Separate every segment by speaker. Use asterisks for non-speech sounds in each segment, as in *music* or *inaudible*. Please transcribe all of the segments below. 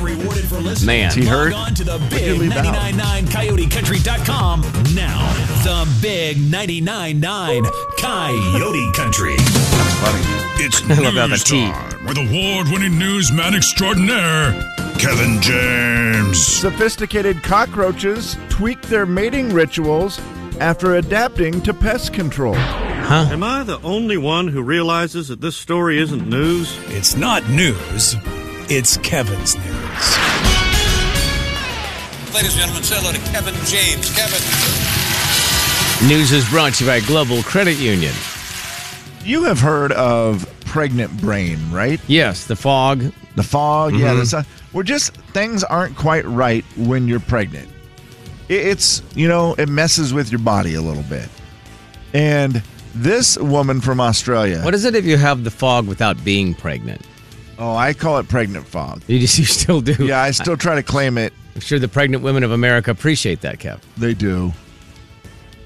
Speaker 1: for listening.
Speaker 2: Man.
Speaker 1: Log
Speaker 2: He hurt.
Speaker 1: on to the big
Speaker 3: leave out?
Speaker 1: 999coyotecountry.com now. The big 999 Coyote Country.
Speaker 4: It's
Speaker 2: I love how the
Speaker 4: news
Speaker 2: tea-
Speaker 4: time with award-winning newsman extraordinaire, Kevin James.
Speaker 3: Sophisticated cockroaches tweak their mating rituals after adapting to pest control.
Speaker 5: Am I the only one who realizes that this story isn't news?
Speaker 1: It's not news, it's Kevin's news.
Speaker 6: Ladies and gentlemen, say hello to Kevin James. Kevin.
Speaker 2: News is brought to you by Global Credit Union.
Speaker 3: You have heard of pregnant brain, right?
Speaker 2: Yes, the fog.
Speaker 3: The fog. Yeah, the sun. We're just things aren't quite right when you're pregnant. It- It's you know it messes with your body a little bit. And this woman from Australia.
Speaker 2: What is it if you have the fog without being pregnant? *laughs*
Speaker 3: oh, I call it pregnant fog.
Speaker 2: You just you still do.
Speaker 3: Yeah, I still try to claim it.
Speaker 2: I'm sure the pregnant women of America appreciate that, Kev.
Speaker 3: They do.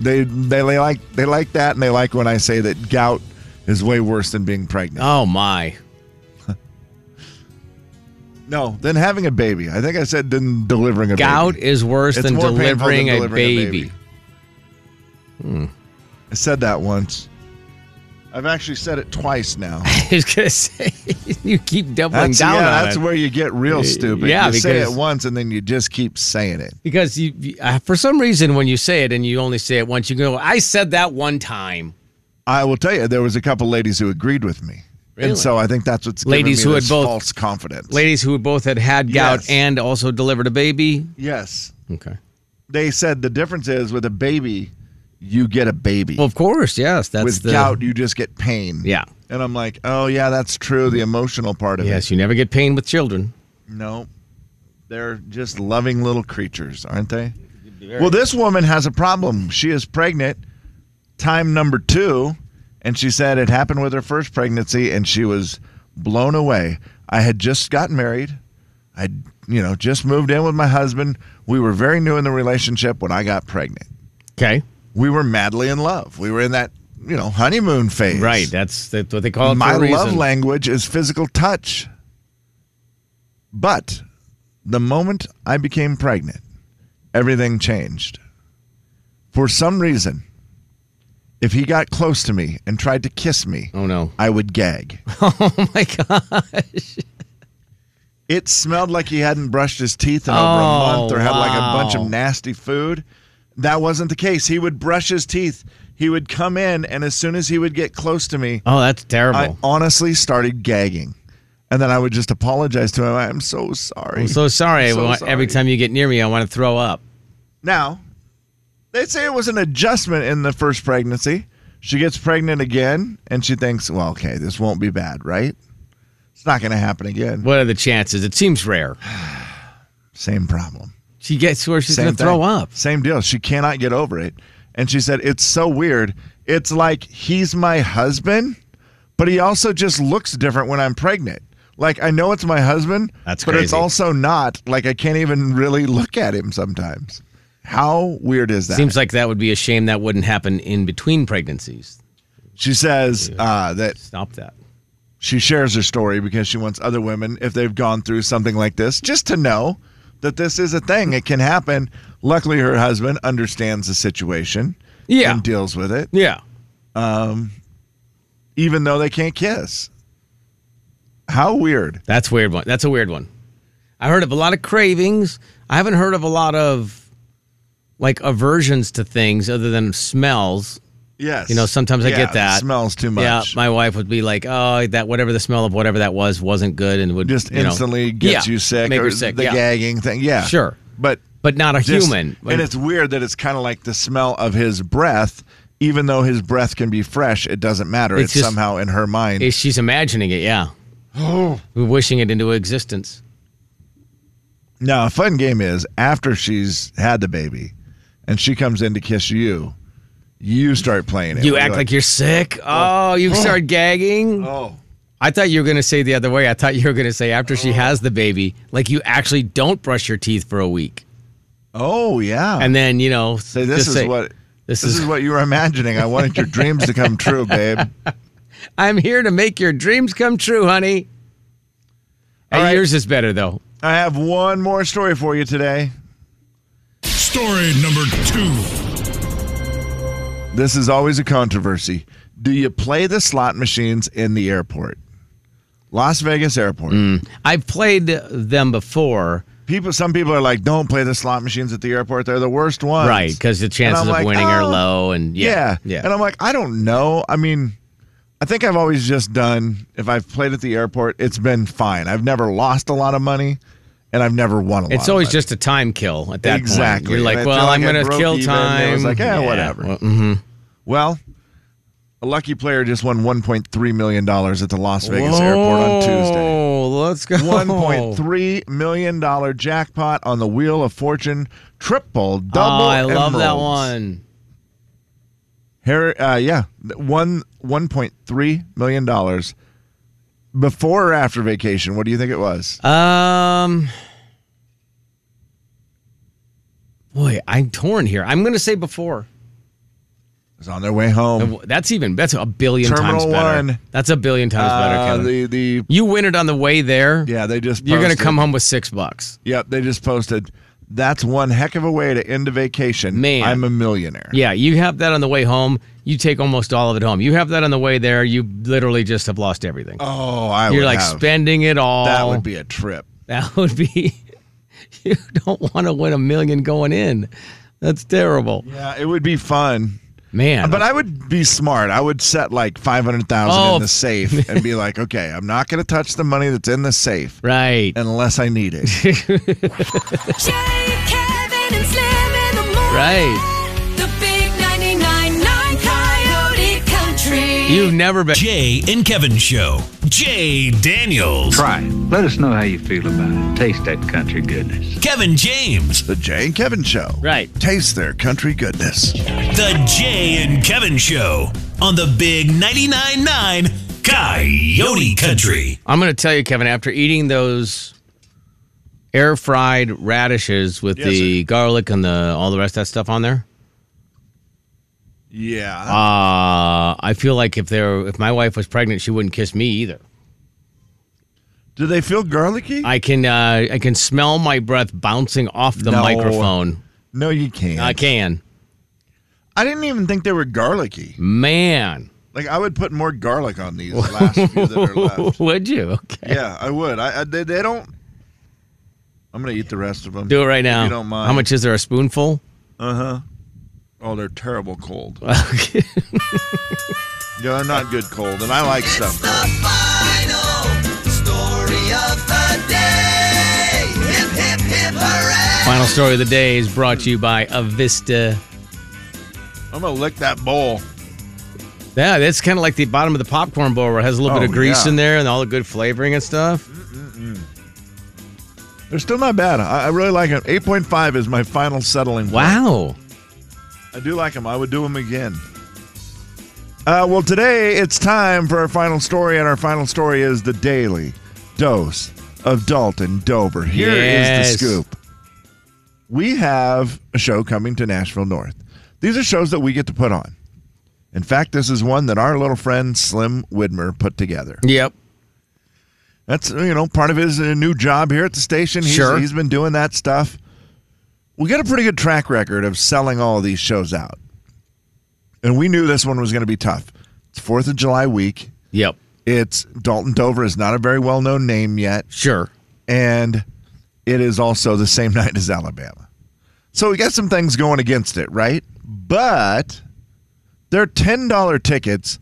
Speaker 3: They they like they like that, and they like when I say that gout is way worse than being pregnant.
Speaker 2: Oh my.
Speaker 3: no, than having a baby. I think I said than delivering a
Speaker 2: Gout
Speaker 3: baby.
Speaker 2: is worse
Speaker 3: It's
Speaker 2: than
Speaker 3: more painful than
Speaker 2: delivering, a,
Speaker 3: delivering a
Speaker 2: baby.
Speaker 3: baby. I said that once. I've actually said it
Speaker 2: *laughs*
Speaker 3: twice now.
Speaker 2: *laughs* I was gonna say *laughs* you keep doubling
Speaker 3: That's,
Speaker 2: down
Speaker 3: yeah,
Speaker 2: on
Speaker 3: that's
Speaker 2: it
Speaker 3: where you get real stupid.
Speaker 2: yeah,
Speaker 3: you say it
Speaker 2: because-
Speaker 3: once and then you just keep saying it.
Speaker 2: because you, you- uh, for some reason when you say it and you only say it once, you go, "I said that one time."
Speaker 3: I will tell you, there was a couple ladies who agreed with me,
Speaker 2: Really?
Speaker 3: and so I think that's what's giving
Speaker 2: Ladies
Speaker 3: me
Speaker 2: who had
Speaker 3: this
Speaker 2: both-
Speaker 3: false confidence.
Speaker 2: Ladies who both had had gout
Speaker 3: Yes.
Speaker 2: and also delivered a baby.
Speaker 3: yes,
Speaker 2: Okay.
Speaker 3: they said the difference is with a baby, you get a baby.
Speaker 2: Well, of course, yes. That's
Speaker 3: with
Speaker 2: the
Speaker 3: gout, you just get pain.
Speaker 2: Yeah.
Speaker 3: and I'm like, oh yeah, that's true. The emotional part of
Speaker 2: Yes,
Speaker 3: it.
Speaker 2: you never get pain with children.
Speaker 3: No, they're just loving little creatures, aren't they? Well, this woman has a problem. She is pregnant, time number two, and she said it happened with her first pregnancy, and she was blown away. I had just gotten married. I, you know, just moved in with my husband. We were very new in the relationship when I got pregnant.
Speaker 2: Okay.
Speaker 3: We were madly in love. We were in that, you know, honeymoon phase.
Speaker 2: Right. That's, that's what they call it.
Speaker 3: My
Speaker 2: for a
Speaker 3: love
Speaker 2: reason.
Speaker 3: language is physical touch. But the moment I became pregnant, everything changed. For some reason, if he got close to me and tried to kiss me,
Speaker 2: Oh no. *laughs*
Speaker 3: I would gag.
Speaker 2: Oh my god.
Speaker 3: It smelled like he hadn't brushed his teeth in over
Speaker 2: Oh,
Speaker 3: a month or had like a bunch
Speaker 2: wow.
Speaker 3: of nasty food. That wasn't the case. He would brush his teeth. He would come in, and as soon as he would get close to me,
Speaker 2: Oh, that's terrible.
Speaker 3: I honestly started gagging. And then I would just apologize to him. I'm so sorry.
Speaker 2: I'm so sorry.
Speaker 3: I'm *laughs* so
Speaker 2: Well, Every
Speaker 3: sorry.
Speaker 2: time you get near me, I want to throw up.
Speaker 3: Now, they say it was an adjustment in the first pregnancy. She gets pregnant again and she thinks, well, okay, this won't be bad, right? It's not going to happen again.
Speaker 2: What are the chances? It seems rare.
Speaker 3: Same problem.
Speaker 2: She gets where she's
Speaker 3: Same
Speaker 2: going to throw
Speaker 3: thing.
Speaker 2: up.
Speaker 3: Same deal. She cannot get over it. And she said, it's so weird. It's like he's my husband, but he also just looks different when I'm pregnant. Like I know it's my husband,
Speaker 2: That's
Speaker 3: but it's
Speaker 2: crazy.
Speaker 3: also not. Like I can't even really look at him sometimes. How weird is that?
Speaker 2: Seems like that would be a shame that wouldn't happen in between pregnancies.
Speaker 3: she says uh, that
Speaker 2: Stop that.
Speaker 3: she shares her story because she wants other women, if they've gone through something like this, just to know that this is a thing. It can happen. Luckily, her husband understands the situation
Speaker 2: Yeah.
Speaker 3: and deals with it.
Speaker 2: Yeah.
Speaker 3: even though they can't kiss. How weird.
Speaker 2: That's a weird one. That's a weird one. I heard of a lot of cravings. I haven't heard of a lot of like aversions to things other than smells.
Speaker 3: Yes.
Speaker 2: You know, sometimes I
Speaker 3: Yeah,
Speaker 2: get that.
Speaker 3: it smells too much.
Speaker 2: Yeah, my wife would be like, "Oh, that whatever the smell of whatever that was wasn't good," and would
Speaker 3: just
Speaker 2: you know-
Speaker 3: instantly gets
Speaker 2: Yeah,
Speaker 3: you sick
Speaker 2: make
Speaker 3: or
Speaker 2: her sick.
Speaker 3: the
Speaker 2: yeah.
Speaker 3: gagging thing. Yeah.
Speaker 2: Sure.
Speaker 3: But
Speaker 2: but not a
Speaker 3: just-
Speaker 2: human.
Speaker 3: And it's weird that it's kind of like the smell of his breath, even though his breath can be fresh, it doesn't matter.
Speaker 2: It's
Speaker 3: It's,
Speaker 2: just-
Speaker 3: somehow in her mind.
Speaker 2: Is eh, she's imagining it? Yeah. Oh. Wishing it into existence.
Speaker 3: Now, a fun game is after she's had the baby and she comes in to kiss you, you start playing it.
Speaker 2: You
Speaker 3: You're
Speaker 2: act like you're sick. Oh, you start gagging.
Speaker 3: oh.
Speaker 2: I thought you were going to say the other way. I thought you were going to say after she has the baby, like you actually don't brush your teeth for a week.
Speaker 3: Oh, yeah.
Speaker 2: And then, you know,
Speaker 3: Say this
Speaker 2: just
Speaker 3: is
Speaker 2: say,
Speaker 3: what
Speaker 2: this
Speaker 3: this,
Speaker 2: is-
Speaker 3: is, what you were imagining. I wanted your dreams to come true, babe.
Speaker 2: I'm here to make your dreams come true, honey. Hey,
Speaker 3: right.
Speaker 2: Yours is better, though.
Speaker 3: I have one more story for you today.
Speaker 4: Story number two.
Speaker 3: This is always a controversy. Do you play the slot machines in the airport? Las Vegas airport.
Speaker 2: Mm. I've played them before,
Speaker 3: People, some people are like, "Don't play the slot machines at the airport. They're the worst ones."
Speaker 2: right? Because the chances
Speaker 3: I'm
Speaker 2: of
Speaker 3: like,
Speaker 2: winning are
Speaker 3: oh,
Speaker 2: low, and yeah,
Speaker 3: Yeah. And I'm like, I don't know. I mean, I think I've always just done, if I've played at the airport, it's been fine. I've never lost a lot of money and I've never won a lot.
Speaker 2: It's
Speaker 3: of
Speaker 2: always
Speaker 3: money.
Speaker 2: just a time kill at that point.
Speaker 3: Exactly.
Speaker 2: You're
Speaker 3: And I
Speaker 2: like,
Speaker 3: feel
Speaker 2: well,
Speaker 3: like
Speaker 2: I'm
Speaker 3: I
Speaker 2: going to
Speaker 3: broke
Speaker 2: kill
Speaker 3: even.
Speaker 2: time.
Speaker 3: It was like, eh, whatever.
Speaker 2: Well, mhm.
Speaker 3: Well, a lucky player just won $1.3 million at the Las Vegas airport on Tuesday.
Speaker 2: Oh, let's go.
Speaker 3: $1.3 million jackpot on the Wheel of Fortune triple
Speaker 2: Oh,
Speaker 3: double.
Speaker 2: I love that
Speaker 3: emeralds.
Speaker 2: one.
Speaker 3: Harry, uh, yeah, one one point three million dollars before or after vacation. What do you think it was?
Speaker 2: Um, boy, I'm torn here. I'm going to say before.
Speaker 3: It was on their way home.
Speaker 2: That's even that's a billion
Speaker 3: Terminal
Speaker 2: times better.
Speaker 3: one.
Speaker 2: That's a billion times better.
Speaker 3: Uh,
Speaker 2: Kevin.
Speaker 3: the the
Speaker 2: you win it on the way there.
Speaker 3: yeah, they just
Speaker 2: you're going to
Speaker 3: posted-
Speaker 2: come home with six bucks.
Speaker 3: Yep, they just posted. That's one heck of a way to end a vacation.
Speaker 2: Man.
Speaker 3: I'm a millionaire.
Speaker 2: Yeah, you have that on the way home. You take almost all of it home. You have that on the way there. You literally just have lost everything.
Speaker 3: Oh, I
Speaker 2: You're
Speaker 3: would
Speaker 2: like
Speaker 3: have.
Speaker 2: spending it all.
Speaker 3: that would be a trip.
Speaker 2: *laughs* That would be. *laughs* You don't want to win a million going in. That's terrible,
Speaker 3: Yeah, it would be fun.
Speaker 2: man.
Speaker 3: But I would be smart. I would set like five hundred thousand
Speaker 2: Oh.
Speaker 3: in the safe and be like, okay, I'm not going to touch the money that's in the safe
Speaker 2: right.
Speaker 3: unless I need it.
Speaker 2: *laughs*
Speaker 7: Jay, Kevin, and Slim in the morning.
Speaker 2: Right.
Speaker 7: The big 99.9 Coyote Country.
Speaker 2: You've never been. *laughs*
Speaker 4: Jay and Kevin show. Jay Daniels.
Speaker 8: Try it. Let us know how you feel about it. Taste that country goodness.
Speaker 4: Kevin James.
Speaker 3: The Jay and Kevin Show.
Speaker 2: Right.
Speaker 3: Taste their country goodness.
Speaker 4: The Jay and Kevin show on the Big 99.9 9 Coyote Country.
Speaker 2: I'm going to tell you, Kevin. After eating those air fried radishes with
Speaker 3: Yes,
Speaker 2: the garlic and the all the rest of that stuff on there,
Speaker 3: Yeah.
Speaker 2: uh, I feel like if there, if my wife was pregnant, she wouldn't kiss me either.
Speaker 3: Do they feel garlicky?
Speaker 2: I can uh, I can smell my breath bouncing off the
Speaker 3: No.
Speaker 2: microphone.
Speaker 3: no, you can't.
Speaker 2: I can.
Speaker 3: I didn't even think they were garlicky.
Speaker 2: Man,
Speaker 3: Like I would put more garlic on
Speaker 2: *laughs*
Speaker 3: these last few that are left.
Speaker 2: would you? Okay.
Speaker 3: Yeah, I would. I, I they, they don't. I'm gonna eat the rest of them.
Speaker 2: Do it right now.
Speaker 3: If you don't mind.
Speaker 2: How much is there? A spoonful? *laughs*
Speaker 3: Oh, they're terrible cold. Yeah, they're not good cold, and I like stuff.
Speaker 9: The final story of the day. Hip, hip, hip, hooray.
Speaker 2: Final story of the day is brought to you by Avista.
Speaker 3: I'm gonna lick that bowl.
Speaker 2: Yeah, that's kind of like the bottom of the popcorn bowl where it has a little bit
Speaker 3: Oh,
Speaker 2: of grease
Speaker 3: yeah.
Speaker 2: in there and all the good flavoring and stuff.
Speaker 3: They're still not bad. I, I really like them. 8.5 is my final settling. point.
Speaker 2: Wow.
Speaker 3: I do like them. I would do them again. Uh, well, today it's time for our final story, and our final story is the daily dose of Dalton Dover. Here is
Speaker 2: Yes.
Speaker 3: the scoop. We have a show coming to Nashville North. These are shows that we get to put on. In fact, this is one that our little friend Slim Widmer put together.
Speaker 2: Yep.
Speaker 3: That's you know part of his uh, new job here at the station. He's,
Speaker 2: Sure.
Speaker 3: he's been doing that stuff. We got a pretty good track record of selling all of these shows out, and we knew this one was going to be tough. It's Fourth of July week.
Speaker 2: Yep.
Speaker 3: It's Dalton Dover is not a very well known name yet,
Speaker 2: Sure.
Speaker 3: and it is also the same *laughs* night as Alabama. So we got some things going against it, right? But they're ten dollar tickets,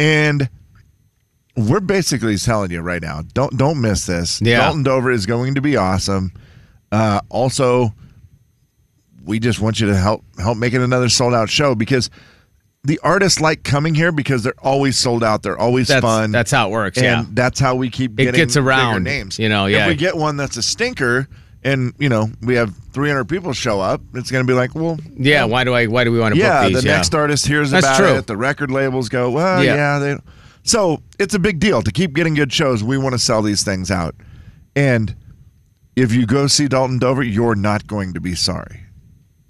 Speaker 3: and we're basically telling you right now, don't don't miss this.
Speaker 2: Yeah.
Speaker 3: Dalton Dover is going to be awesome. Uh, also, we just want you to help help make it another sold out show because the artists like coming here because they're always sold out. They're always
Speaker 2: That's
Speaker 3: fun.
Speaker 2: that's how it works.
Speaker 3: And
Speaker 2: yeah.
Speaker 3: that's how we keep getting
Speaker 2: gets around,
Speaker 3: bigger names.
Speaker 2: you know, yeah.
Speaker 3: If we get one that's a stinker and, you know, we have 300 people show up, it's going to be like, well,
Speaker 2: Yeah. Why do I? Why do we want to
Speaker 3: yeah,
Speaker 2: book these?
Speaker 3: the next artist hears
Speaker 2: That's
Speaker 3: about
Speaker 2: true.
Speaker 3: it. The record labels go, well,
Speaker 2: Yeah.
Speaker 3: yeah. they... So it's a big deal to keep getting good shows. We want to sell these things out. And if you go see Dalton Dover, you're not going to be sorry.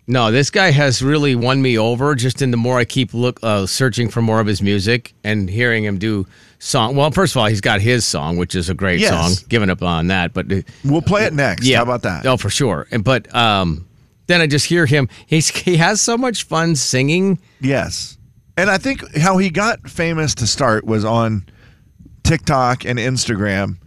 Speaker 2: No, this guy has really won me over. Just in the more I keep look uh, searching for more of his music and hearing him do song. Well, first of all, he's got his song, which is a great
Speaker 3: Yes.
Speaker 2: song. Giving up on that, but uh,
Speaker 3: We'll play it next.
Speaker 2: yeah,
Speaker 3: How about that?
Speaker 2: Oh, for sure. And but um, then I just hear him. He's he has so much fun singing.
Speaker 3: Yes. And I think how he got famous to start was on TikTok and Instagram,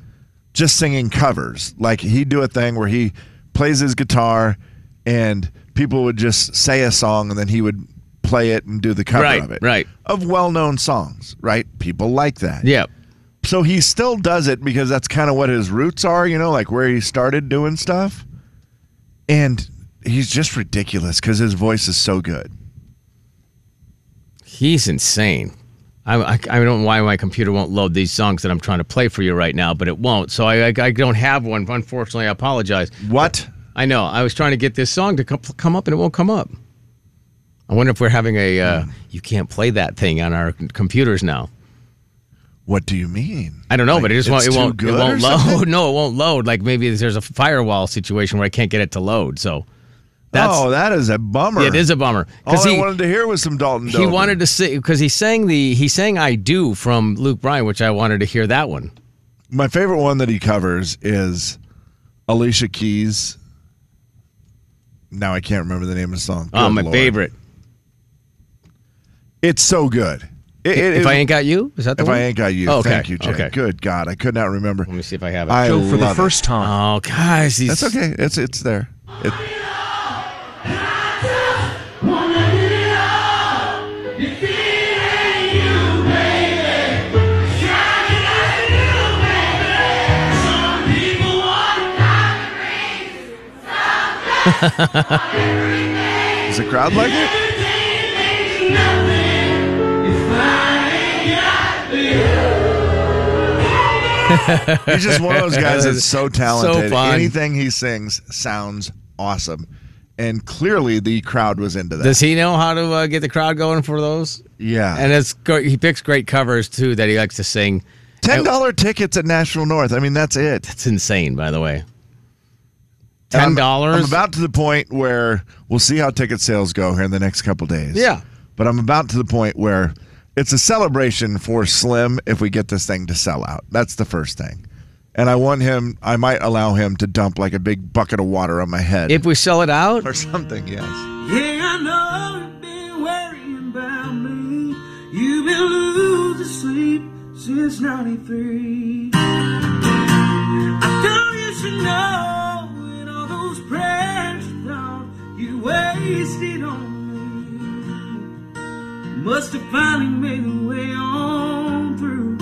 Speaker 3: just singing covers. Like he'd do a thing where he plays his guitar and people would just say a song and then he would play it and do the cover
Speaker 2: Right,
Speaker 3: of it.
Speaker 2: right.
Speaker 3: Of well known songs, right? People like that.
Speaker 2: Yeah.
Speaker 3: So he still does it because that's kind of what his roots are, you know, like where he started doing stuff. And he's just ridiculous because his voice is so good.
Speaker 2: He's insane. I, I, I don't know why my computer won't load these songs that I'm trying to play for you right now, but it won't. So I, I, I don't have one. Unfortunately, I apologize.
Speaker 3: What?
Speaker 2: I know. I was trying to get this song to come, come up and it won't come up. I wonder if we're having a uh, you can't play that thing on our computers now.
Speaker 3: What do you mean?
Speaker 2: I don't know, but it just won't,
Speaker 3: it's
Speaker 2: it
Speaker 3: too
Speaker 2: won't it
Speaker 3: good or
Speaker 2: won't
Speaker 3: something?
Speaker 2: load. *laughs* No, it won't load. Like maybe there's a firewall situation where I can't get it to load. So that's
Speaker 3: oh, that is a bummer.
Speaker 2: it is a bummer
Speaker 3: All
Speaker 2: because he
Speaker 3: I wanted to hear was some Dalton.
Speaker 2: he wanted to sing because he sang the he sang I do from Luke Bryan, which I wanted to hear that one.
Speaker 3: My favorite one that he covers is Alicia Keys. Now I can't remember the name of the song.
Speaker 2: Oh,
Speaker 3: Good
Speaker 2: my
Speaker 3: Lord.
Speaker 2: favorite.
Speaker 3: It's so good. It- it-
Speaker 2: if
Speaker 3: it-
Speaker 2: I ain't got you, is that the
Speaker 3: if
Speaker 2: one?
Speaker 3: I ain't got you,
Speaker 2: Oh, okay,
Speaker 3: thank you, Jay.
Speaker 2: okay.
Speaker 3: Good God, I could not remember.
Speaker 2: Let me see if I have it.
Speaker 3: I
Speaker 10: Joe, for the
Speaker 3: love it.
Speaker 10: first time.
Speaker 2: oh, guys, he's
Speaker 3: That's okay. It's it's there. It- *laughs* Does the crowd like it? He's just one of those guys that's so talented.
Speaker 2: fun.
Speaker 3: Anything he sings sounds awesome. And clearly the crowd was into that.
Speaker 2: Does he know how to uh, get the crowd going for those?
Speaker 3: yeah.
Speaker 2: And it's go- he picks great covers too that he likes to sing.
Speaker 3: Ten dollar tickets at National North. I mean, that's it.
Speaker 2: It's insane, by the way.
Speaker 3: And I'm-
Speaker 2: Ten dollars.
Speaker 3: I'm about to the point where we'll see how ticket sales go here in the next couple days.
Speaker 2: Yeah.
Speaker 3: But I'm about to the point where it's a celebration for Slim if we get this thing to sell out. That's the first thing. And I want him. I might allow him to dump like a big bucket of water on my head
Speaker 2: If we sell it out,
Speaker 3: or something. Yes.
Speaker 9: Yeah, I know you've been worrying about me. You've been losing sleep since 93. I thought you should know and all those prayers you thought you wasted on me. Must have finally made a way on through.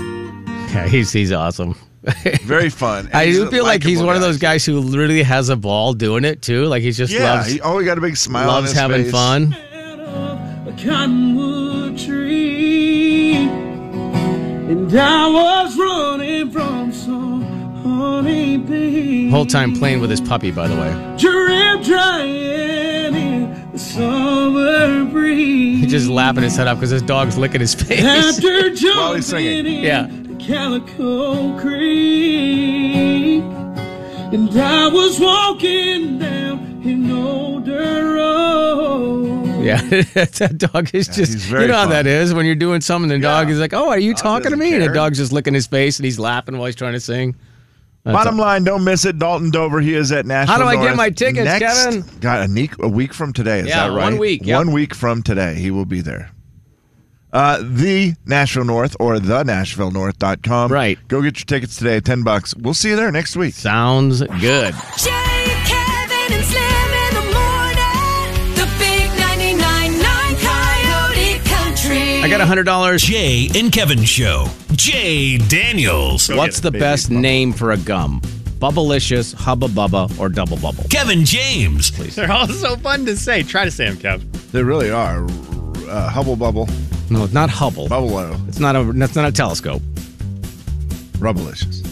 Speaker 2: yeah, he's he's awesome. *laughs*
Speaker 3: Very fun. And
Speaker 2: I
Speaker 3: he's
Speaker 2: do
Speaker 3: a
Speaker 2: feel like he's
Speaker 3: likable
Speaker 2: one of
Speaker 3: guy.
Speaker 2: those guys who literally has a ball doing it too. Like he just
Speaker 3: Yeah.
Speaker 2: loves
Speaker 3: He, oh, he got a big smile. on
Speaker 2: loves
Speaker 3: his
Speaker 2: having
Speaker 3: face.
Speaker 2: fun.
Speaker 9: out of a cottonwood tree. And I was running from some honey bee.
Speaker 2: Whole time playing with his puppy, by the way.
Speaker 9: Drip drying in the summer breeze.
Speaker 2: He's just laughing his head off because his dog's licking his *laughs* face.
Speaker 9: After jumping
Speaker 3: While he's singing.
Speaker 9: in
Speaker 2: Yeah.
Speaker 9: the Calico Creek, and I was walking down an old dirt road.
Speaker 2: Yeah, *laughs* that dog is just,
Speaker 3: he's very
Speaker 2: you know how
Speaker 3: fun.
Speaker 2: that is when you're doing something, the dog
Speaker 3: Yeah.
Speaker 2: is like, oh, are you talking to
Speaker 3: doesn't
Speaker 2: me? And the
Speaker 3: care.
Speaker 2: dog's just licking his face and he's laughing while he's trying to sing. That's
Speaker 3: Bottom line, don't miss it. Dalton Dover, he is at National.
Speaker 2: How do I get
Speaker 3: North
Speaker 2: my tickets,
Speaker 3: next,
Speaker 2: Kevin?
Speaker 3: Got a week, a week from today. Is
Speaker 2: Yeah,
Speaker 3: that right?
Speaker 2: one week, yep.
Speaker 3: One week from today, he will be there. Uh, the Nashville North or the Nashville North.com.
Speaker 2: Right.
Speaker 3: Go get your tickets today. Ten bucks. We'll see you there next week.
Speaker 2: Sounds good.
Speaker 7: Jay, Kevin, and Slim in the morning. The big 99.9 Coyote Country.
Speaker 2: I got a hundred dollars.
Speaker 4: Jay and Kevin Show. Jay Daniels.
Speaker 2: What's the best name for a gum? Bubblicious, Hubba Bubba, or Double Bubble?
Speaker 4: Kevin James.
Speaker 11: They're all so fun to say. Try to say them, Kev.
Speaker 3: They really are. Uh, Hubble Bubble,
Speaker 2: No, it's not Hubble.
Speaker 3: Bubble,
Speaker 2: It's not a. That's not a telescope.
Speaker 3: Rubblicious.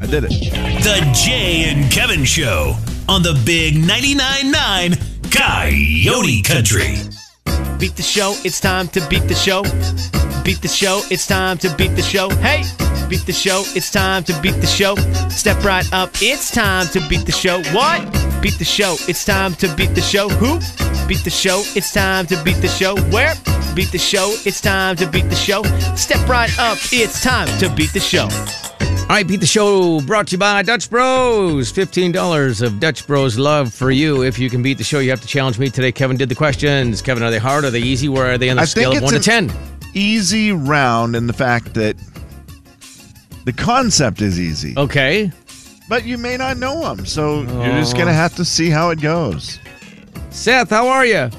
Speaker 3: *laughs* I did it.
Speaker 4: The Jay and Kevin Show on the Big 99.9 9 Coyote Country.
Speaker 11: Beat the show. It's time to beat the show. Beat the show. It's time to beat the show. Hey, beat the show. It's time to beat the show. Step right up. It's time to beat the show. What? Beat the show. It's time to beat the show. Who? Beat the show. It's time to beat the show. Where? Beat the show. It's time to beat the show. Step right up. It's time to beat the show.
Speaker 2: All right, Beat the Show brought to you by Dutch Bros. $15 of Dutch Bros love for you. If you can beat the show, you have to challenge me today. Kevin did the questions. Kevin, are they hard? Are they easy? Where are they on the
Speaker 3: I
Speaker 2: scale
Speaker 3: think
Speaker 2: of
Speaker 3: it's
Speaker 2: 1 to
Speaker 3: an
Speaker 2: 10?
Speaker 3: easy round in the fact that the concept is easy,
Speaker 2: Okay.
Speaker 3: but you may not know them, so you're just gonna have to see how it goes.
Speaker 2: Seth, how are you?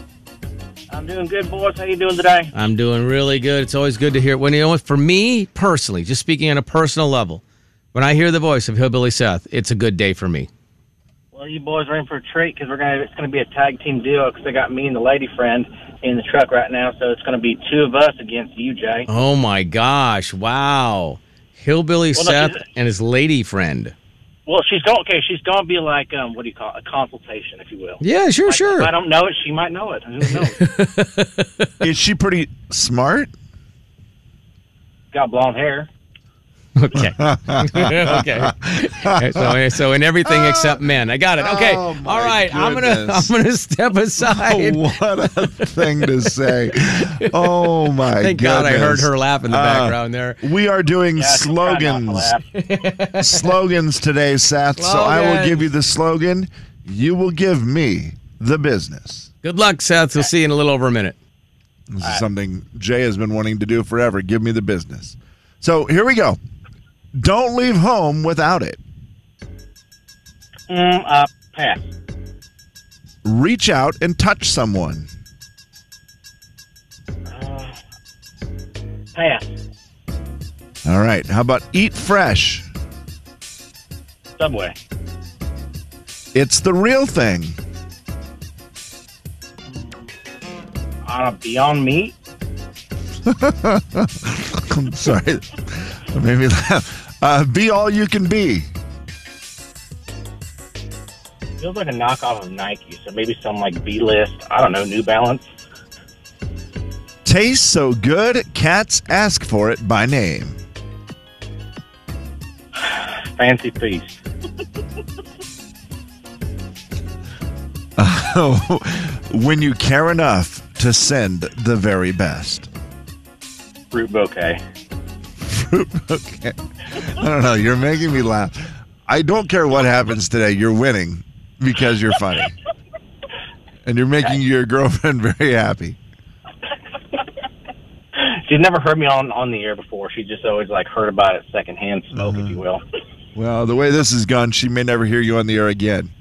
Speaker 10: I'm doing good, boys. How you doing today?
Speaker 2: I'm doing really good. It's always good to hear. When you know, what, for me personally, just speaking on a personal level, when I hear the voice of Hillbilly Seth, it's a good day for me.
Speaker 10: Well, you boys are in for a treat because we're gonna it's gonna be a tag team deal because I got me and the lady friend in the truck right now, so it's gonna be two of us against you, Jay.
Speaker 2: Oh my gosh! Wow, Hillbilly
Speaker 10: Well, no,
Speaker 2: Seth
Speaker 10: she's-
Speaker 2: and his lady friend.
Speaker 10: Well, she's going okay. She's gonna be like um, what do you call it? a consultation, if you will.
Speaker 2: Yeah, sure,
Speaker 10: Like,
Speaker 2: sure.
Speaker 10: If I don't know it, she might know it. Who knows?
Speaker 3: Is she pretty smart?
Speaker 10: got blonde hair.
Speaker 2: *laughs* Okay.
Speaker 3: *laughs*
Speaker 2: okay. So, so in everything except men, I got it. Okay.
Speaker 3: Oh,
Speaker 2: All
Speaker 3: my
Speaker 2: right. I'm gonna I'm
Speaker 3: goodness. Oh
Speaker 2: gonna
Speaker 3: *laughs*
Speaker 2: step aside.
Speaker 3: *laughs* what a thing to say! Oh my!
Speaker 2: Thank God I heard
Speaker 3: goodness.
Speaker 2: her laugh in the
Speaker 3: Uh,
Speaker 2: background there.
Speaker 3: We are doing
Speaker 10: Yeah, she's trying not to
Speaker 3: slogans, *laughs*
Speaker 10: laugh.
Speaker 3: slogans today, Seth. So I will
Speaker 2: Slogans.
Speaker 3: give you the slogan. You will give me the business.
Speaker 2: Good luck, Seth. We'll see you in a little over a minute.
Speaker 3: This is something Jay has been wanting to do forever. Give me the business. So here we go. Don't leave home without it.
Speaker 10: Mm, uh, pass.
Speaker 3: Reach out and touch someone.
Speaker 10: Uh, pass.
Speaker 3: All right. How about eat fresh?
Speaker 10: Subway.
Speaker 3: It's the real thing. *laughs*
Speaker 10: Uh, Beyond Meat.
Speaker 3: I'm sorry. That made me laugh. Uh, be all you can be.
Speaker 10: Feels like a knockoff of Nike, so maybe some like B list. I don't know. New Balance.
Speaker 3: Tastes so good, cats ask for it by name. *laughs*
Speaker 10: Fancy Feast.
Speaker 3: when you care enough to send the very best.
Speaker 10: Fruit bouquet.
Speaker 3: okay. I don't know. You're making me laugh. I don't care what happens today. You're winning because you're funny. And you're making your girlfriend *laughs* very happy.
Speaker 10: She's never heard me on on the air before. She just always like heard about it secondhand smoke, if you will.
Speaker 3: Well, the way this has gone, she may never hear you on the
Speaker 2: *laughs*
Speaker 3: air again.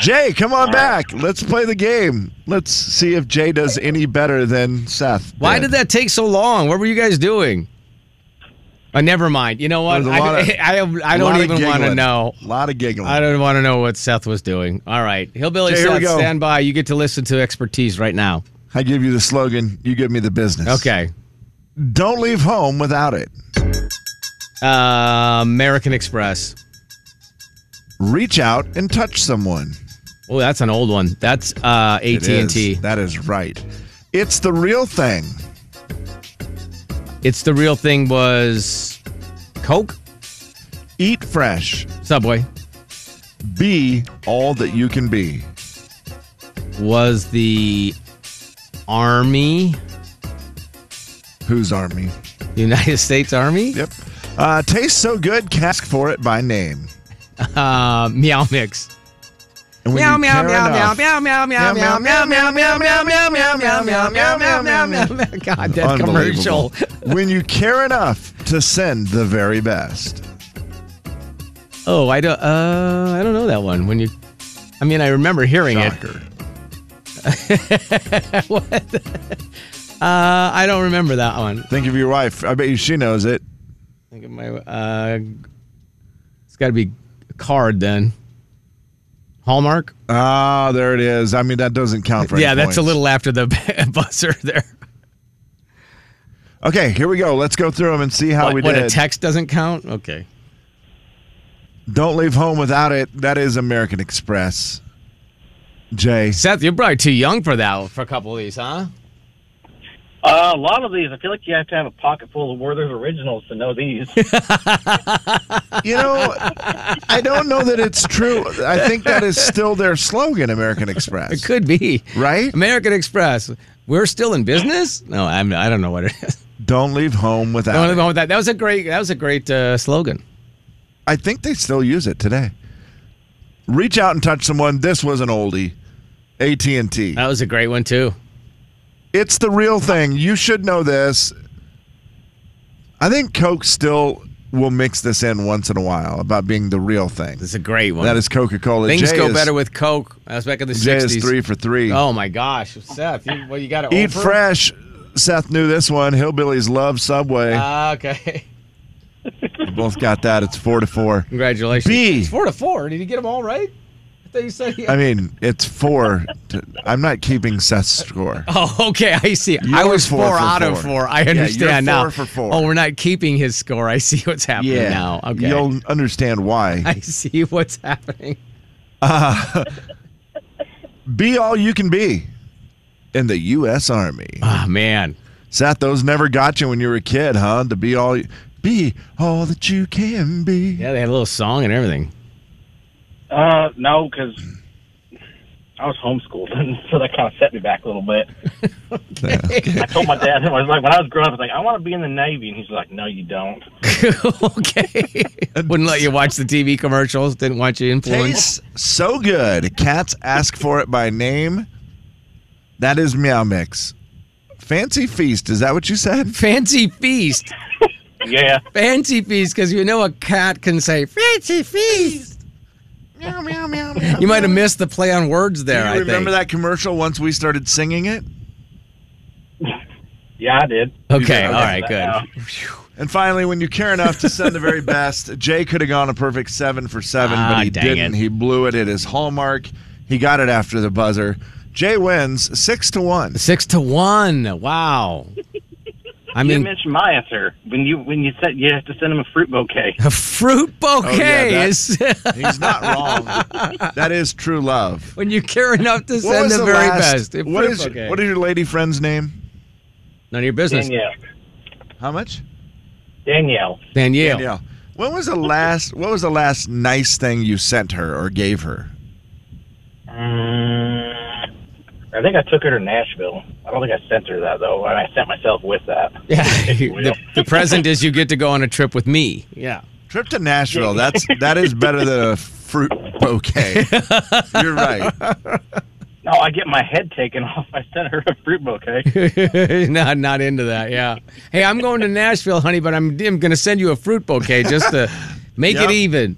Speaker 3: Jay, come on back. Let's play the game. Let's see if Jay does any better than Seth.
Speaker 2: Why did that take so long? What were you guys doing? Oh, never mind. You know what?
Speaker 3: There's
Speaker 2: *laughs*
Speaker 3: a
Speaker 2: I,
Speaker 3: lot of-
Speaker 2: I, I,
Speaker 3: A
Speaker 2: don't
Speaker 3: lot of
Speaker 2: even want to
Speaker 3: giggling.
Speaker 2: know.
Speaker 3: A lot of giggling.
Speaker 2: I don't want to know what Seth was doing. All right. Hillbilly
Speaker 3: Okay, here we
Speaker 2: Seth,
Speaker 3: go.
Speaker 2: stand by. You get to listen to expertise right now.
Speaker 3: I give you the slogan. You give me the business.
Speaker 2: Okay.
Speaker 3: Don't leave home without it.
Speaker 2: Uh, American Express.
Speaker 3: Reach out and touch someone.
Speaker 2: Oh, that's an old one. That's uh,
Speaker 3: It
Speaker 2: AT and T.
Speaker 3: is. That is right. It's the real thing.
Speaker 2: It's the real thing. Was Coke,
Speaker 3: Eat fresh.
Speaker 2: Subway
Speaker 3: Be all that you can be.
Speaker 2: was the Army,
Speaker 3: Whose army?
Speaker 2: the United States Army.
Speaker 3: Yep. Uh, tastes so good. Cask for it by name.
Speaker 2: Uh, meow mix.
Speaker 3: And when
Speaker 2: Meow
Speaker 3: you
Speaker 2: meow
Speaker 3: care
Speaker 2: meow meow
Speaker 3: enough-
Speaker 2: meow meow meow meow meow meow meow meow meow meow meow meow meow meow meow meow. God, that commercial.
Speaker 3: Unbelievable.
Speaker 2: *laughs*
Speaker 3: when you care enough to send the very best.
Speaker 2: Oh, I don't. Uh, I don't know that one. When you, I mean, I remember hearing it.
Speaker 3: Shocker.
Speaker 2: Uh, I don't remember that one.
Speaker 3: Think of your wife. I bet you she knows it.
Speaker 2: Think of my. Uh, it's got to be a card then. Hallmark.
Speaker 3: Ah, there it is. I mean, that doesn't count for
Speaker 2: yeah,
Speaker 3: any
Speaker 2: that's a
Speaker 3: points.
Speaker 2: little after the buzzer there.
Speaker 3: Okay, here we go. Let's go through them and see how
Speaker 2: what,
Speaker 3: we
Speaker 2: what,
Speaker 3: did.
Speaker 2: a text doesn't count. Okay.
Speaker 3: Don't leave home without it. That is American Express. Jay.
Speaker 2: Seth, you're probably too young for that for a couple of these, huh?
Speaker 10: Uh, a lot of these, I feel like you have to have a pocket full of Werther's originals to know these.
Speaker 3: you know, I don't know that it's true. I think that is still their slogan,
Speaker 2: *laughs*
Speaker 3: American Express. It
Speaker 2: could be.
Speaker 3: Right?
Speaker 2: American Express. We're still in business? No, I'm, I don't know what it is. *laughs*
Speaker 3: Don't leave home without
Speaker 2: Don't
Speaker 3: it.
Speaker 2: leave home with that. That was a great, that was a great uh, slogan.
Speaker 3: I think they still use it today. Reach out and touch someone. This was an oldie. AT&T.
Speaker 2: That was a great one too.
Speaker 3: It's the real thing. You should know this. I think Coke still will mix this in once in a while about being the real thing.
Speaker 2: It's a great one.
Speaker 3: That is Coca-Cola.
Speaker 2: Things
Speaker 3: Jay
Speaker 2: go
Speaker 3: is-
Speaker 2: better with Coke. That was back in the
Speaker 3: Jay
Speaker 2: 60s.
Speaker 3: is three for three.
Speaker 2: Oh my gosh. Seth, you, well, you got to
Speaker 3: Eat fresh. Seth knew this one. Hillbillies love Subway.
Speaker 2: Ah, okay. *laughs*
Speaker 3: Both got that. It's four to four.
Speaker 2: Congratulations.
Speaker 3: B.
Speaker 2: It's four to four. Did you get them all right? I thought you said
Speaker 3: I mean, it's four. To, I'm not keeping Seth's score.
Speaker 2: *laughs* Oh, okay. I see. I
Speaker 3: You're
Speaker 2: was
Speaker 3: four
Speaker 2: four,
Speaker 3: for
Speaker 2: out of
Speaker 3: four.
Speaker 2: four.
Speaker 3: Yeah,
Speaker 2: I
Speaker 3: you're
Speaker 2: understand now.
Speaker 3: four for four.
Speaker 2: Oh, we're not keeping his score. I see what's happening
Speaker 3: yeah.
Speaker 2: now. Okay.
Speaker 3: You'll understand why.
Speaker 2: *laughs* I see what's happening.
Speaker 3: Uh, be all you can be in the U.S. Army.
Speaker 2: Ah, man.
Speaker 3: Seth, those never got you when you were a kid, huh? To be all, be all that you can be.
Speaker 2: Yeah, they had a little song and everything. *laughs*
Speaker 10: uh, no, because I was homeschooled, *laughs* so that kind of set me back a
Speaker 2: *laughs*
Speaker 10: little bit. I told my dad, I was like, when I was growing up, I was like, I want to be in the Navy, and he's like, No, you don't. *laughs*
Speaker 2: okay. Wouldn't let you watch the TV commercials. Didn't want you influenced.
Speaker 3: Tastes so good. Cats ask for it by name. That is Meow Mix. Fancy Feast. Is that what you said?
Speaker 2: Fancy feast.
Speaker 10: Yeah.
Speaker 2: Fancy feast, because you know a cat can say fancy feast.
Speaker 3: Meow, meow, meow, meow.
Speaker 2: You might have missed the play on words there.
Speaker 3: Do
Speaker 2: I
Speaker 3: you remember
Speaker 2: think.
Speaker 3: that commercial once we started singing it?
Speaker 10: Yeah, I did.
Speaker 2: Okay. All right. Good.
Speaker 3: And finally, when you care enough to send
Speaker 2: *laughs*
Speaker 3: the very best, Jay could have gone a perfect seven for seven,
Speaker 2: Ah,
Speaker 3: but he
Speaker 2: dang
Speaker 3: didn't.
Speaker 2: it.
Speaker 3: He blew it at his hallmark. He got it after the buzzer. Jay wins six to one.
Speaker 2: Six to one. Wow. I
Speaker 10: You didn't
Speaker 2: mean,
Speaker 10: mention my answer when you when you said you have to send him a fruit bouquet.
Speaker 2: a fruit bouquet
Speaker 3: Oh, that-
Speaker 2: is *laughs*
Speaker 3: He's not wrong. that is true love.
Speaker 2: when you care enough to
Speaker 3: What
Speaker 2: send
Speaker 3: was
Speaker 2: the, very
Speaker 3: last-
Speaker 2: best. A
Speaker 3: What
Speaker 2: fruit
Speaker 3: is,
Speaker 2: bouquet.
Speaker 3: what is your lady friend's name?
Speaker 2: None of your business.
Speaker 10: Danielle,
Speaker 3: How much?
Speaker 10: Danielle,
Speaker 2: Danielle.
Speaker 3: Danielle. When was the last? What was the last nice thing you sent her or gave her?
Speaker 10: Mm, I think I took her to Nashville. I don't think I sent her that though, and I sent myself with that. *laughs*
Speaker 2: Yeah. *laughs* the, the present is you get to go on a trip with me. Yeah.
Speaker 3: Trip to Nashville. That's that is better than a fruit
Speaker 2: *laughs*
Speaker 3: bouquet. You're right.
Speaker 10: No, I get my head taken *laughs* off. I sent her a fruit bouquet.
Speaker 2: *laughs* not not into that. Yeah. Hey, I'm going to Nashville, honey, but I'm I'm going to send you a fruit bouquet just to make it
Speaker 3: Yep.
Speaker 2: even.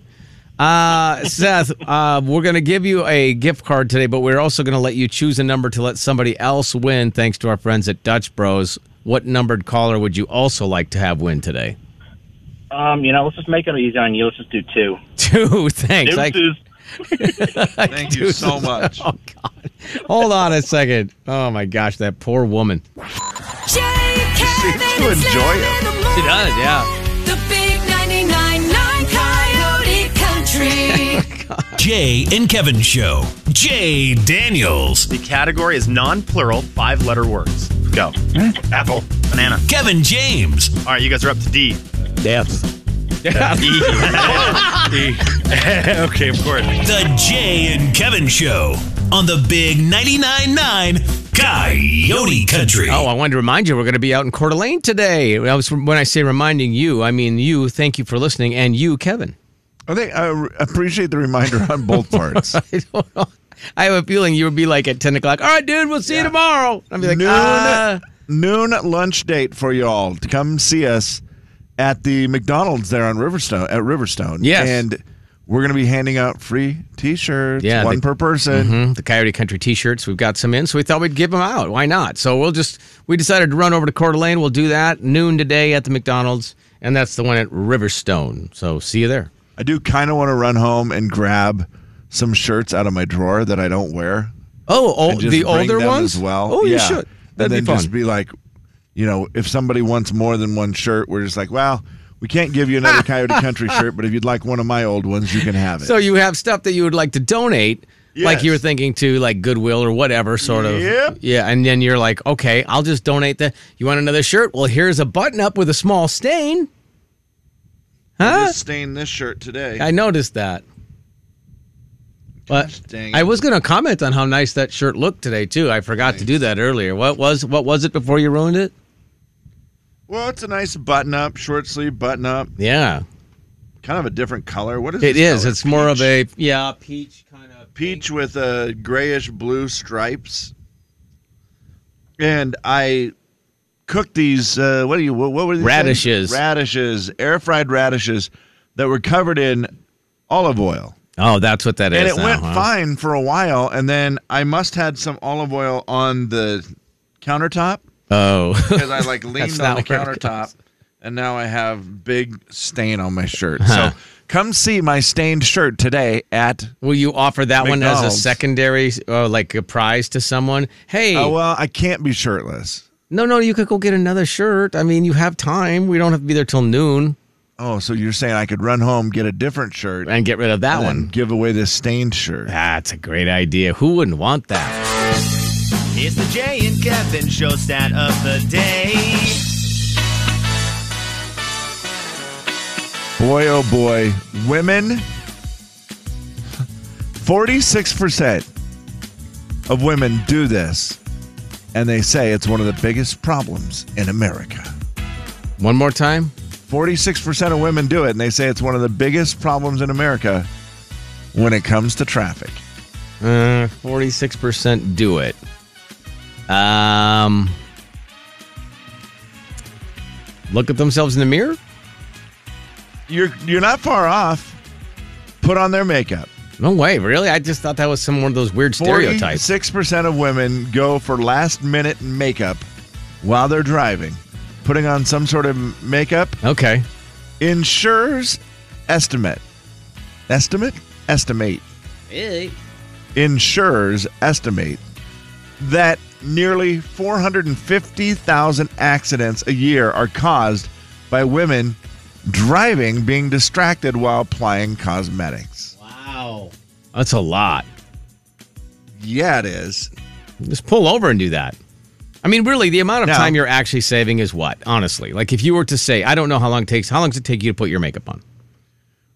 Speaker 2: Uh, Seth, uh, we're going to give you a gift card today, but we're also going to let you choose a number to let somebody else win. Thanks to our friends at Dutch Bros. What numbered caller would you also like to have win today? *laughs*
Speaker 10: Um, you know, let's just make it easy on you. Let's just do two.
Speaker 2: Two. Thanks. I-
Speaker 10: Deuces.
Speaker 3: Thank you so much.
Speaker 2: oh God. Hold on a second. Oh my gosh, that poor woman. *laughs*
Speaker 7: Jay, Kevin,
Speaker 3: seems to
Speaker 7: and Slim
Speaker 3: enjoy
Speaker 7: in
Speaker 3: it.
Speaker 7: the morning.
Speaker 2: yeah.
Speaker 7: The big 99.9 Coyote
Speaker 2: *laughs*
Speaker 7: Country.
Speaker 4: Jay and Kevin Show. Jay Daniels.
Speaker 11: The category is non-plural, five-letter words. Go.
Speaker 4: Mm-hmm.
Speaker 11: Apple. Banana.
Speaker 4: Kevin James.
Speaker 11: All right, you guys are up to D. *laughs* okay, of course.
Speaker 4: The Jay and Kevin Show on the Big 99.9 Coyote Country.
Speaker 2: Oh, I wanted to remind you we're going to be out in Coeur d'Alene today. I was, when I say reminding you, I mean you. Thank you for listening, and you, Kevin. *laughs*
Speaker 3: I think I re- appreciate the reminder on both parts.
Speaker 2: I don't know. I have a feeling you would be like at ten o'clock. All right, dude, we'll see you tomorrow. I'd be like,
Speaker 3: noon,
Speaker 2: "Uh,
Speaker 3: noon lunch date for you all to come see us at the McDonald's there on Riverstone at Riverstone.
Speaker 2: Yes.
Speaker 3: and we're gonna be handing out free T-shirts,
Speaker 2: Yeah,
Speaker 3: one
Speaker 2: they-
Speaker 3: per person.
Speaker 2: mhm, the Coyote Country T-shirts. We've got some in, so we thought we'd give them out. Why not? So we'll just we decided to run over to Coeur d'Alene. We'll do that noon today at the McDonald's, and that's the one at Riverstone. So see you there.
Speaker 3: I do kind of want to run home and grab some shirts out of my drawer that I don't wear.
Speaker 2: Oh, oh
Speaker 3: and just
Speaker 2: the
Speaker 3: bring
Speaker 2: older
Speaker 3: them
Speaker 2: ones
Speaker 3: as well.
Speaker 2: Oh, you
Speaker 3: Yeah.
Speaker 2: should.
Speaker 3: and
Speaker 2: That'd
Speaker 3: then
Speaker 2: be fun.
Speaker 3: just be like, you know, if somebody wants more than one shirt, we're just like, well, we can't give
Speaker 2: *laughs*
Speaker 3: you another Coyote Country shirt, but if you'd like one of my old ones, you can have it.
Speaker 2: So you have stuff that you would like to donate Like you were thinking too, like Goodwill or whatever, sort of.
Speaker 3: Yep.
Speaker 2: Yeah, and then you're like, okay, I'll just donate the. You want another shirt? Well, here's a button up with a small stain.
Speaker 3: I
Speaker 2: Huh?
Speaker 3: just stained this shirt today.
Speaker 2: I noticed that. But
Speaker 3: dang
Speaker 2: I
Speaker 3: it.
Speaker 2: was going to comment on how nice that shirt looked today too. I forgot to do that earlier. What was what was it before you ruined it?
Speaker 3: Well, it's a nice button up, short sleeve button up,
Speaker 2: Yeah,
Speaker 3: kind of a different color. What is
Speaker 2: it
Speaker 3: this
Speaker 2: is.
Speaker 3: color?
Speaker 2: It's more of a yeah peach.
Speaker 3: peach with a grayish blue stripes. And I cooked these. Uh, what do you? What, what were these
Speaker 2: Radishes.
Speaker 3: things? Radishes, air fried radishes that were covered in olive oil.
Speaker 2: Oh, that's what that is.
Speaker 3: and it
Speaker 2: now,
Speaker 3: went
Speaker 2: huh?
Speaker 3: fine for a while, and then I must had some olive oil on the countertop
Speaker 2: Oh, *laughs*
Speaker 3: because I like
Speaker 2: That's
Speaker 3: leaned on
Speaker 2: not
Speaker 3: the
Speaker 2: where it
Speaker 3: countertop, and now I have big stain on my shirt. So come see my stained shirt today at.
Speaker 2: Will you offer that one as a
Speaker 3: McDonald's.
Speaker 2: secondary, uh, like a prize to someone? Hey,
Speaker 3: Oh well, I can't be shirtless.
Speaker 2: no, no, you could go get another shirt. I mean, you have time. We don't have to be there till noon
Speaker 3: Oh, so you're saying I could run home, get a different shirt,
Speaker 2: and get rid of that
Speaker 3: and then
Speaker 2: one.
Speaker 3: give away this stained shirt?
Speaker 2: That's a great idea. Who wouldn't want that?
Speaker 11: It's the Jay and Kevin show stat of the day.
Speaker 3: Boy, oh boy, women. Forty-six percent of women do this, and they say it's one of the biggest problems in America.
Speaker 2: One more time.
Speaker 3: 46% of women do it, and they say it's one of the biggest problems in America when it comes to traffic.
Speaker 2: Uh, 46% do it. Um, look at themselves in the mirror.
Speaker 3: You're you're not far off. Put on their makeup.
Speaker 2: No way, really? I just thought that was some one of those weird stereotypes.
Speaker 3: Six percent of women go for last minute makeup while they're driving. Putting on some sort of makeup
Speaker 2: Okay.
Speaker 3: insurers estimate. Estimate? Estimate. Insurers estimate that nearly 450,000 accidents a year are caused by women driving being distracted while applying cosmetics.
Speaker 2: Wow. That's a lot.
Speaker 3: Yeah, it is.
Speaker 2: Just pull over and do that. I mean, really, the amount of
Speaker 3: No.
Speaker 2: time you're actually saving is what, honestly? Like, if you were to say, I don't know how long it takes, how long does it take you to put your makeup on?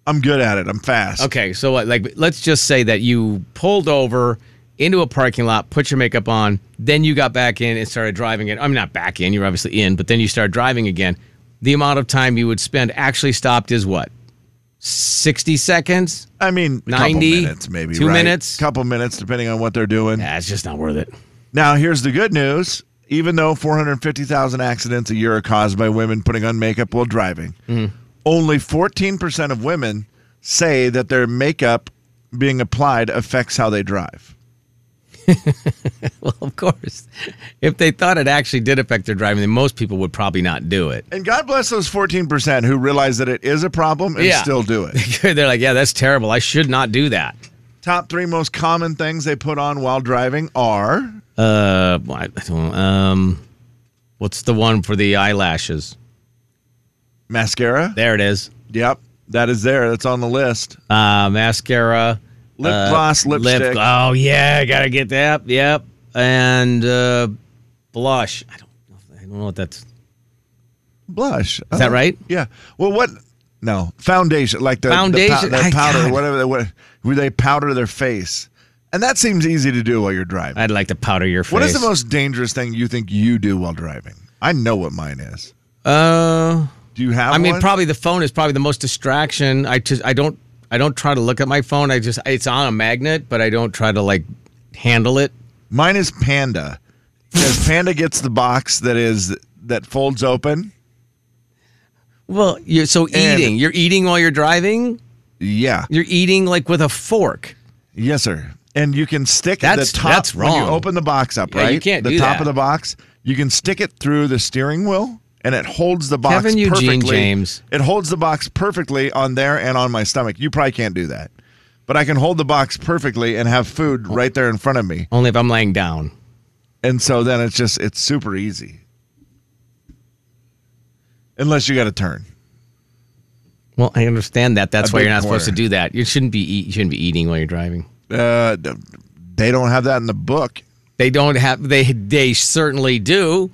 Speaker 3: I'm good at it. I'm fast.
Speaker 2: Okay, so what, like, let's just say that you pulled over into a parking lot, put your makeup on, then you got back in and started driving it. I'm not back in, you're obviously in, but then you start driving again. The amount of time you would spend actually stopped is what? 60 seconds?
Speaker 3: I mean, a couple
Speaker 2: 90,
Speaker 3: minutes maybe.
Speaker 2: two
Speaker 3: right?
Speaker 2: minutes.
Speaker 3: Couple minutes, depending on what they're doing.
Speaker 2: Nah, it's just not worth it.
Speaker 3: Now, here's the good news. Even though 450,000 accidents a year are caused by women putting on makeup while driving,
Speaker 2: Mm-hmm.
Speaker 3: only 14% of women say that their makeup being applied affects how they drive.
Speaker 2: *laughs* Well, of course. If they thought it actually did affect their driving, then most people would probably not do it.
Speaker 3: And God bless those 14% who realize that it is a problem and
Speaker 2: Yeah.
Speaker 3: still do
Speaker 2: *laughs*
Speaker 3: it.
Speaker 2: They're like, yeah, that's terrible. I should not do that.
Speaker 3: Top three most common things they put on while driving are
Speaker 2: Uh, well, I don't- um, what's the one for the eyelashes?
Speaker 3: mascara.
Speaker 2: There it is.
Speaker 3: Yep, that is there. That's on the list.
Speaker 2: Uh, mascara,
Speaker 3: Lip
Speaker 2: uh,
Speaker 3: gloss, lipstick.
Speaker 2: Lip, oh yeah, I gotta get that. Yep, and uh, blush. I don't, know if- I don't know what that's.
Speaker 3: blush. Is
Speaker 2: that right?
Speaker 3: Yeah. Well, what? No, foundation, like the the pow-
Speaker 2: Foundation?
Speaker 3: the,
Speaker 2: I-
Speaker 3: powder,
Speaker 2: God.
Speaker 3: whatever. They, what, where they powder their face, and that seems easy to do while you're driving.
Speaker 2: I'd like to powder your face.
Speaker 3: What is the most dangerous thing you think you do while driving? I know what mine is.
Speaker 2: Uh,
Speaker 3: Do you have?
Speaker 2: I mean,
Speaker 3: one?
Speaker 2: probably the phone is probably the most distraction. I just, I don't, I don't try to look at my phone. I just, it's on a magnet, but I don't try to like handle it.
Speaker 3: mine is Panda, because Panda gets the box that is that folds open.
Speaker 2: Well, you're so
Speaker 3: And-
Speaker 2: eating. You're eating while you're driving.
Speaker 3: Yeah.
Speaker 2: You're eating like with a fork.
Speaker 3: Yes, sir. And you can stick
Speaker 2: That's-
Speaker 3: the top
Speaker 2: that's
Speaker 3: when
Speaker 2: wrong.
Speaker 3: you open the box up,
Speaker 2: Yeah, you
Speaker 3: right?
Speaker 2: can't
Speaker 3: the
Speaker 2: do
Speaker 3: top
Speaker 2: that.
Speaker 3: of the box. You can stick it through the steering wheel and it holds the box
Speaker 2: Kevin Eugene
Speaker 3: perfectly.
Speaker 2: James.
Speaker 3: It holds the box perfectly on there and on my stomach. You probably can't do that. But I can hold the box perfectly and have food right there in front of me.
Speaker 2: Only if I'm laying down.
Speaker 3: And so then it's just it's super easy. Unless you got to turn.
Speaker 2: Well, I understand that. That's
Speaker 3: A
Speaker 2: why
Speaker 3: big
Speaker 2: you're not supposed to
Speaker 3: corner.
Speaker 2: do that. You shouldn't be eat, you shouldn't be eating while you're driving.
Speaker 3: Uh, d- they don't have that in the book.
Speaker 2: They don't have. They they certainly do.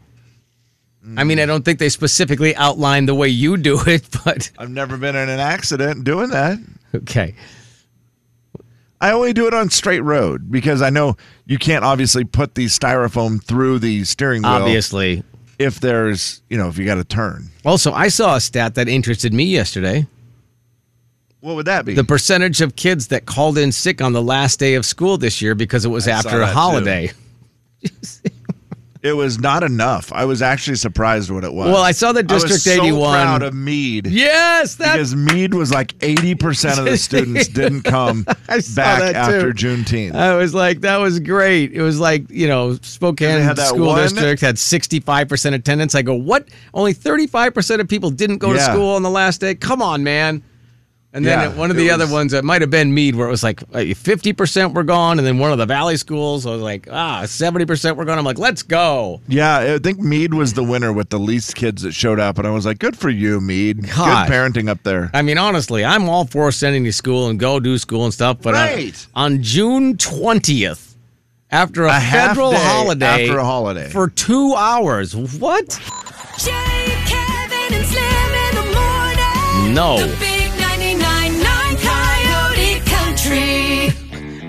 Speaker 2: I mean, I don't think they specifically outline the way you do it, *laughs* but
Speaker 3: I've never been in an accident doing that.
Speaker 2: Okay.
Speaker 3: I only do it on straight road because I know you can't obviously put the styrofoam through the steering wheel.
Speaker 2: Obviously.
Speaker 3: If there's, you know, if you got to turn.
Speaker 2: Also, I saw a stat that interested me yesterday.
Speaker 3: What would that be?
Speaker 2: The percentage of kids that called in sick on the last day of school this year because it was
Speaker 3: I saw
Speaker 2: after a
Speaker 3: that, too.
Speaker 2: holiday.
Speaker 3: It was not enough. I was actually surprised what it was.
Speaker 2: Well, I saw that
Speaker 3: was
Speaker 2: District
Speaker 3: so
Speaker 2: 81
Speaker 3: proud of Mead.
Speaker 2: Yes, that-
Speaker 3: because Mead was like eighty
Speaker 2: *laughs*
Speaker 3: percent of the students didn't come
Speaker 2: I
Speaker 3: back
Speaker 2: saw that, too. Uh,
Speaker 3: after Juneteenth.
Speaker 2: I was like, that was great. It was like, you know,
Speaker 3: They
Speaker 2: Spokane
Speaker 3: had that
Speaker 2: School
Speaker 3: one-
Speaker 2: District had 65% attendance. I go, what? Only 35% of people didn't go to
Speaker 3: Yeah.
Speaker 2: school on the last day? Come on, man. And then
Speaker 3: Yeah,
Speaker 2: at one of
Speaker 3: it
Speaker 2: the other
Speaker 3: was-
Speaker 2: ones, it might have been Mead, where it was like uh, 50% were gone. And then one of the Valley schools, I was like, ah, 70% were gone. I'm like, let's go.
Speaker 3: yeah, I think Mead was the winner with the least kids that showed up, and I was like, "Good for you, Mead.
Speaker 2: God.
Speaker 3: Good parenting up there."
Speaker 2: I mean, honestly, I'm all for sending you to school and go do school and stuff. But on-
Speaker 3: Right.
Speaker 2: on, June 20th, after a,
Speaker 3: A half
Speaker 2: federal
Speaker 3: day
Speaker 2: holiday,
Speaker 3: after a holiday.
Speaker 2: for two hours, what?
Speaker 7: Jay, Kevin, and Slim in the morning.
Speaker 2: No.
Speaker 7: The big